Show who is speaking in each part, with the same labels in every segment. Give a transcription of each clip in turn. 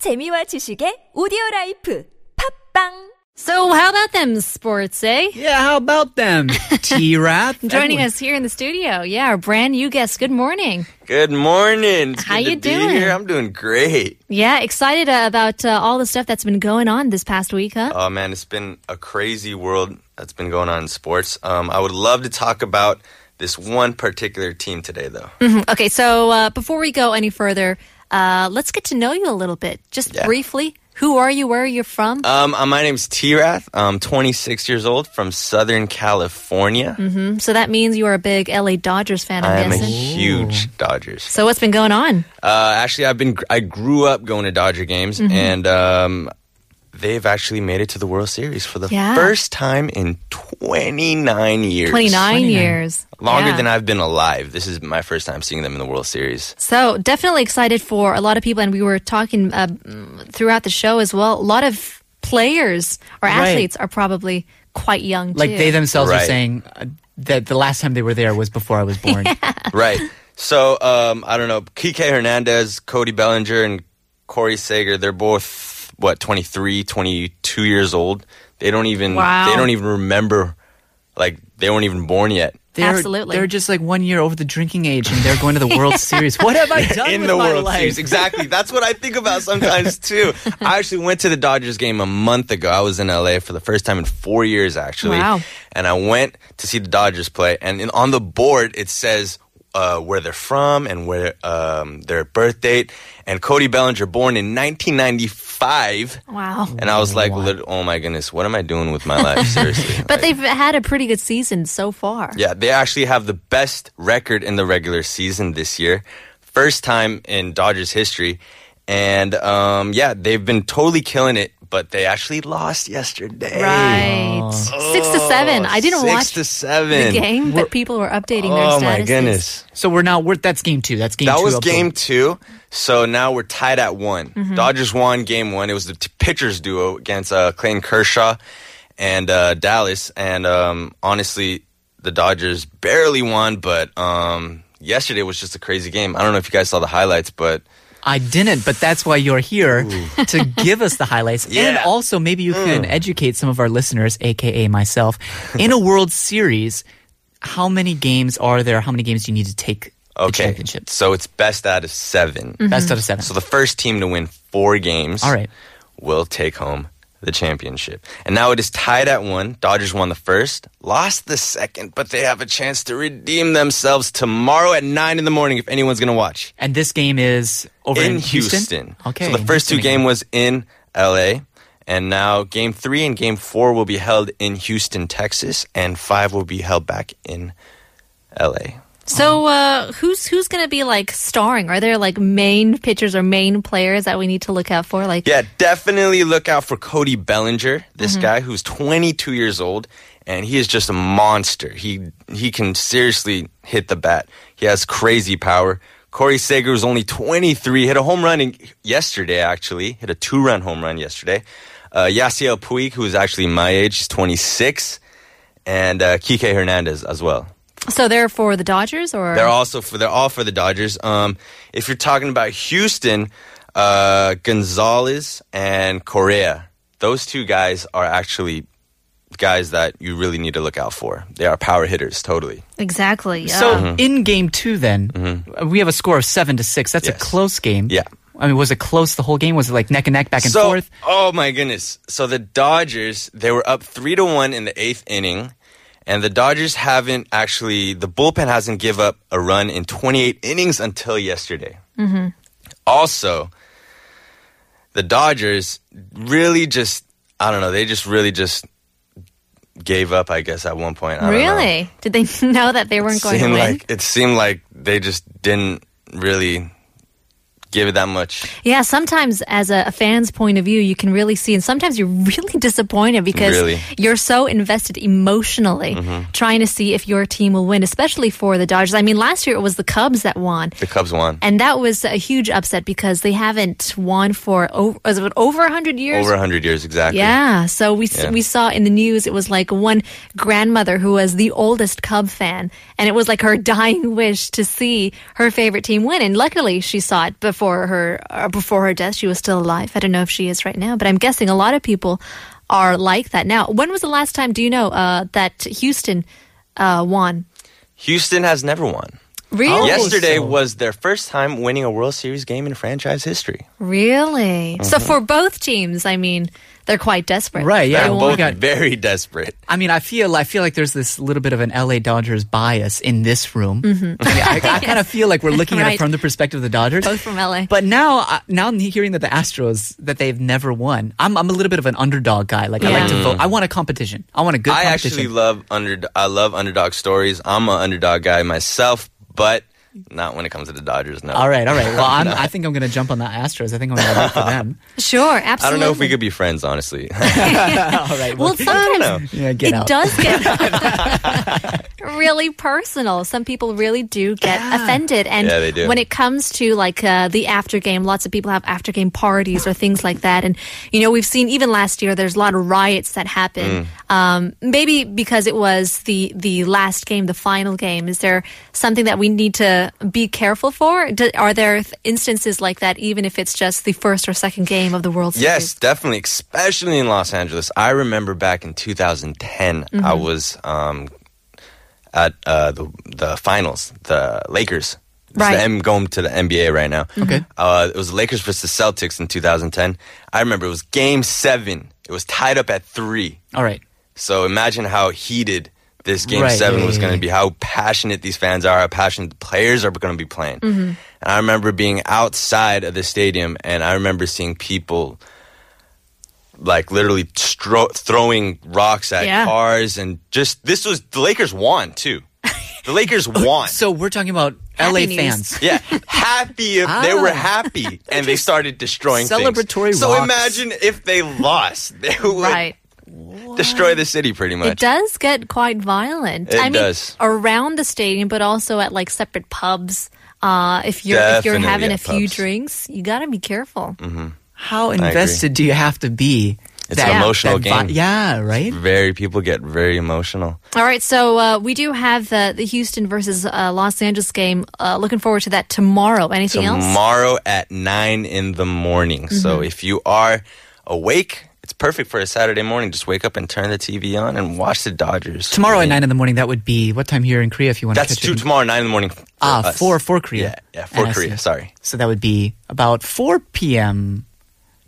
Speaker 1: 재미와 지식의 오디오 라이프 팝빵
Speaker 2: So, how about them sports, eh?
Speaker 3: Yeah, how about them? T Rap
Speaker 2: Joining us here in the studio, yeah, our brand new guest. Good morning.
Speaker 4: Good morning. It's
Speaker 2: How
Speaker 4: good
Speaker 2: you
Speaker 4: to be
Speaker 2: doing?
Speaker 4: Here. I'm doing great.
Speaker 2: Yeah, excited uh, about uh, all the stuff that's been going on this past week, huh?
Speaker 4: Oh man, it's been a crazy world that's been going on in sports. Um, I would love to talk about this one particular team today, though.
Speaker 2: Mhm. Okay, so uh, before we go any further, uh, let's get to know you a little bit, just
Speaker 4: Yeah.
Speaker 2: briefly. Who are you? Where are you from?
Speaker 4: Um, uh, my name's T Rath. I'm 26 years old from Southern California.
Speaker 2: so that means you are a big LA Dodgers fan,
Speaker 4: Uh, I
Speaker 2: I'm
Speaker 4: am a
Speaker 2: guessing.
Speaker 4: huge Dodgers.
Speaker 2: So, what's been going on?
Speaker 4: Uh, actually, I've been I grew up going to Dodger games,
Speaker 2: Mm-hmm.
Speaker 4: and um, they've actually made it to the World Series for the
Speaker 2: Yeah.
Speaker 4: first time in 29 years.
Speaker 2: 29 years.
Speaker 4: Longer
Speaker 2: Yeah.
Speaker 4: than I've been alive. This is my first time seeing them in the World Series.
Speaker 2: So definitely excited for a lot of people, and we were talking uh, throughout the show as well. A lot of players or
Speaker 3: Right.
Speaker 2: athletes are probably quite young.
Speaker 3: Like
Speaker 2: too.
Speaker 3: they themselves are
Speaker 4: Right.
Speaker 3: saying uh, that the last time they were there was before I was born.
Speaker 4: right. So, um, I don't know. Kike Hernandez, Cody Bellinger, and Corey Sager, they're both, what, 23, 22 years old. They don't even,
Speaker 2: Wow.
Speaker 4: they don't even remember, like, they weren't even born yet.
Speaker 3: They're,
Speaker 2: Absolutely.
Speaker 3: They're just like one year over the drinking age and they're going to the World Series. What have I done
Speaker 4: in
Speaker 3: with
Speaker 4: the
Speaker 3: my
Speaker 4: World
Speaker 3: life?
Speaker 4: Series. Exactly. That's what I think about sometimes too. I actually went to the Dodgers game a month ago. I was in LA for the first time in four years, actually.
Speaker 2: Wow.
Speaker 4: And I went to see the Dodgers play, and in, on the board it says. Uh, where they're from and where um, their birth date and Cody Bellinger born in 1995
Speaker 2: wow.
Speaker 4: and I was like lit- oh my goodness what am I doing with my life seriously
Speaker 2: But they've had a pretty good season so far.
Speaker 4: yeah, they actually have the best record in the regular season this year. First time in Dodgers history. And um, yeah, they've been totally killing it, but they actually lost yesterday.
Speaker 2: Right. Six to seven. I didn't
Speaker 4: Oh, Six
Speaker 2: watch
Speaker 4: to seven.
Speaker 2: the game, but people were updating
Speaker 4: Oh
Speaker 2: their
Speaker 4: my
Speaker 2: statuses.
Speaker 4: goodness.
Speaker 3: So we're now we're that's game two. That's game
Speaker 4: That
Speaker 3: two.
Speaker 4: was
Speaker 3: of the-
Speaker 4: game two. So now we're tied at one. Dodgers won game one. It was the t- pitchers duo against uh, Clayton Kershaw and uh, Dallas. And um, honestly, the Dodgers barely won, but um, yesterday was just a crazy game. I don't know if you guys saw the highlights, but
Speaker 3: I didn't, but that's why you're here to give us the highlights. And
Speaker 4: Yeah. Mm.
Speaker 3: also, maybe you can educate some of our listeners, AKA myself, in a World Series, how many games are there? How many games do you need to take the
Speaker 4: okay.
Speaker 3: championship?
Speaker 4: So it's best out of 7
Speaker 3: Best out of seven.
Speaker 4: So the first team to win four games.
Speaker 3: All right.
Speaker 4: will take home the championship. And now it is tied at one. Dodgers won the first, lost the second, but they have a chance to redeem themselves tomorrow at nine in the morning if anyone's going to watch.
Speaker 3: And this game is over in,
Speaker 4: in Houston.
Speaker 3: Okay.
Speaker 4: So the
Speaker 3: in
Speaker 4: first two
Speaker 3: Houston again.
Speaker 4: game was in LA. And now game three and game four will be held in Houston, Texas, and five will be held back in LA.
Speaker 2: So uh, who's who's going to be like starring? Are there like main pitchers or main players that we need to look out for? Like
Speaker 4: Yeah, definitely look out for Cody Bellinger, this guy who's 22 years old, and he is just a monster. He he can seriously hit the bat. He has crazy power. Corey Seager was only 23, hit a home run in, yesterday. Actually, hit a two-run home run yesterday. Uh, Yasiel Puig, who is actually my age, he's 26, and uh, Kike Hernandez as well.
Speaker 2: so they're for the Dodgers or
Speaker 4: They're also for they're all for the Dodgers. Um, if you're talking about Houston, uh, Gonzalez and Correa, those two guys are actually guys that you really need to look out for. They are power hitters, totally.
Speaker 2: exactly.
Speaker 3: So
Speaker 2: uh,
Speaker 3: in game two, then uh, we have a score of seven to six. That's a
Speaker 4: Mm-hmm. Yes.
Speaker 3: close game.
Speaker 4: Yeah.
Speaker 3: I mean, was it close the whole game? Was it like neck and neck, back and
Speaker 4: so,
Speaker 3: forth?
Speaker 4: oh my goodness! So the Dodgers they were up three to one in the eighth inning. And the Dodgers haven't actually, the bullpen hasn't give up a run in 28 innings until yesterday.
Speaker 2: Mm-hmm.
Speaker 4: also the Dodgers really just I don't know, they just really just gave up, I guess, at one point. I don't know.
Speaker 2: really, did they know that they weren't going to
Speaker 4: seemed
Speaker 2: win?
Speaker 4: like it seemed like they just didn't really give it that much.
Speaker 2: Yeah, sometimes as a, a fan's point of view, you can really see, and sometimes you're really disappointed because
Speaker 4: Really. Mm-hmm.
Speaker 2: you're so invested emotionally trying to see if your team will win, especially for the Dodgers. I mean, last year it was the Cubs that won.
Speaker 4: The Cubs won.
Speaker 2: And that was a huge upset because they haven't won for over, was it over 100 years?
Speaker 4: Over 100 years exactly.
Speaker 2: Yeah. So we s
Speaker 4: Yeah.
Speaker 2: we saw in the news it was like one grandmother who was the oldest Cub fan, and it was like her dying wish to see her favorite team win, and luckily she saw it. But before her uh, before her death, she was still alive. I don't know if she is right now, but I'm guessing a lot of people are like that now. When was the last time? Do you know uh, that Houston uh, won?
Speaker 4: Houston has never won.
Speaker 2: Really?
Speaker 4: Oh, Yesterday
Speaker 3: Oh, so-
Speaker 4: was their first time winning a World Series game in franchise history.
Speaker 2: Really? So
Speaker 4: Mm-hmm.
Speaker 2: for both teams, I mean, they're quite desperate.
Speaker 3: Right, yeah. Oh
Speaker 2: They
Speaker 3: well,
Speaker 4: They're
Speaker 2: won't-
Speaker 3: we got-
Speaker 4: both very desperate.
Speaker 3: I mean, I feel I feel like there's this little bit of an LA Dodgers bias in this room. I, mean, I, I kind of feel like we're looking at
Speaker 2: Mm-hmm. Right.
Speaker 3: it from the perspective of the Dodgers,
Speaker 2: Both from LA.
Speaker 3: But now, I- now I'm hearing that the Astros that they've never won. I'm I'm a little bit of an underdog guy. Like I like to
Speaker 2: Yeah.
Speaker 3: vote. I want a competition. I want a good.
Speaker 4: I
Speaker 3: competition.
Speaker 4: actually love under I love underdog stories. I'm an underdog guy myself, but not when it comes to the Dodgers. No.
Speaker 3: All right, all right. Well, I'm, I think I'm going to jump on the Astros. I think I'm going to vote for them.
Speaker 2: Sure,
Speaker 4: I
Speaker 2: absolutely.
Speaker 4: don't know if we could be friends, honestly.
Speaker 3: All right.
Speaker 2: Well, sometimes
Speaker 3: yeah, get
Speaker 2: it
Speaker 3: out.
Speaker 2: does get really personal. Some people really do get offended, and
Speaker 4: Yeah, they do.
Speaker 2: when it comes to like uh, the after game, lots of people have after game parties or things like that. And you know, we've seen even last year there's a lot of riots that
Speaker 4: Mm.
Speaker 2: happen. Um, maybe because it was the the last game, the final game. Is there something that we need to be careful for? Do, are there th- instances like that, even if it's just the first or second game of the World
Speaker 4: Yes,
Speaker 2: Series?
Speaker 4: definitely, especially in Los Angeles. I remember back in 2010, I was um, at uh, the the finals, the Lakers. It's
Speaker 2: Right.
Speaker 4: The M going to the NBA right now.
Speaker 3: Okay.
Speaker 4: Uh, it was the Lakers versus Celtics in 2010. I remember it was Game Seven. It was tied up at three.
Speaker 3: All right.
Speaker 4: So imagine how heated this game
Speaker 3: Right,
Speaker 4: seven
Speaker 3: yeah,
Speaker 4: was
Speaker 3: yeah,
Speaker 4: going to
Speaker 3: yeah.
Speaker 4: be, how passionate these fans are, how passionate the players are going to be playing.
Speaker 3: Mm-hmm.
Speaker 4: And I remember being outside of the stadium and I remember seeing people like literally stro- throwing rocks at
Speaker 2: Yeah.
Speaker 4: cars and just this was the Lakers won too. The Lakers won.
Speaker 3: So we're talking about LA
Speaker 2: Happy news.
Speaker 3: fans.
Speaker 4: Yeah, happy if they were happy and they started destroying things.
Speaker 3: Ah. Celebratory
Speaker 4: So
Speaker 3: rocks.
Speaker 4: imagine if they lost, they would
Speaker 2: Right.
Speaker 4: destroy the city pretty much.
Speaker 2: It does get quite violent.
Speaker 4: It
Speaker 2: I mean,
Speaker 4: does.
Speaker 2: around the stadium, but also at like separate pubs. Uh, if you're if
Speaker 4: Definitely
Speaker 2: you're having a
Speaker 4: at
Speaker 2: few
Speaker 4: pubs. Mm.
Speaker 2: drinks, you gotta be careful.
Speaker 3: How invested do you have to be?
Speaker 4: It's an emotional
Speaker 3: vi-
Speaker 4: game. Mm-hmm.
Speaker 3: yeah, right.
Speaker 4: very people get very emotional.
Speaker 2: All right, so uh, we do have the, the Houston versus uh, Los Angeles game. Uh, looking forward to that tomorrow. Anything else?
Speaker 4: Tomorrow at nine in the morning.
Speaker 3: Mm-hmm.
Speaker 4: So if you are awake, it's perfect for a Saturday morning. Just wake up and turn the TV on and watch the Dodgers.
Speaker 3: Tomorrow at nine in the morning. That would be what time here in Korea? If you want
Speaker 4: Mm-hmm. That's
Speaker 3: to catch it
Speaker 4: two
Speaker 3: in-
Speaker 4: tomorrow nine in the morning. for
Speaker 3: Ah,
Speaker 4: us.
Speaker 3: four for Korea.
Speaker 4: Yeah, yeah, for
Speaker 3: And I
Speaker 4: Korea.
Speaker 3: see.
Speaker 4: Sorry.
Speaker 3: So that would be about four p.m.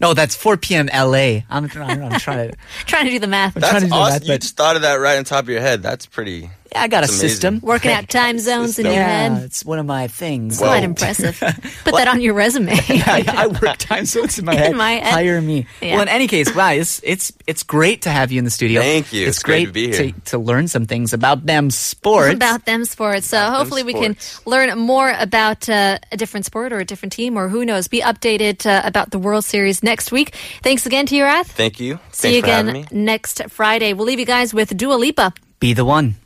Speaker 3: No, that's four p.m. L.A. I'm, I'm, I'm trying to.
Speaker 2: Trying to do the math.
Speaker 3: trying
Speaker 4: That's
Speaker 3: to do
Speaker 4: awesome.
Speaker 3: that,
Speaker 4: you
Speaker 3: but-
Speaker 4: just thought of that right on top of your head. That's pretty.
Speaker 3: Yeah, I got
Speaker 4: It's
Speaker 3: a
Speaker 4: amazing.
Speaker 3: system.
Speaker 2: Working out time zones in your
Speaker 3: Yeah,
Speaker 2: head.
Speaker 3: it's one of my things.
Speaker 4: Well-
Speaker 2: Quite
Speaker 4: Whoa.
Speaker 2: impressive. Put that on your resume.
Speaker 3: I, I work time zones in my
Speaker 2: In
Speaker 3: head.
Speaker 2: my head.
Speaker 3: Hire me.
Speaker 2: Yeah.
Speaker 3: Well, in any case, guys, it's it's great to have you in the studio.
Speaker 4: Thank you.
Speaker 3: It's,
Speaker 4: It's great to be here.
Speaker 3: to, to learn some things about them sports.
Speaker 2: about them sports. So
Speaker 4: them
Speaker 2: hopefully
Speaker 4: sports.
Speaker 2: we can learn more about uh, a different sport or a different team or who knows. Be updated uh, about the World Series next week. Thanks again, Tirath.
Speaker 4: Thank you.
Speaker 2: See you
Speaker 4: Thanks for having
Speaker 2: again
Speaker 4: me.
Speaker 2: next Friday. We'll leave you guys with Dua Lipa.
Speaker 3: be the one.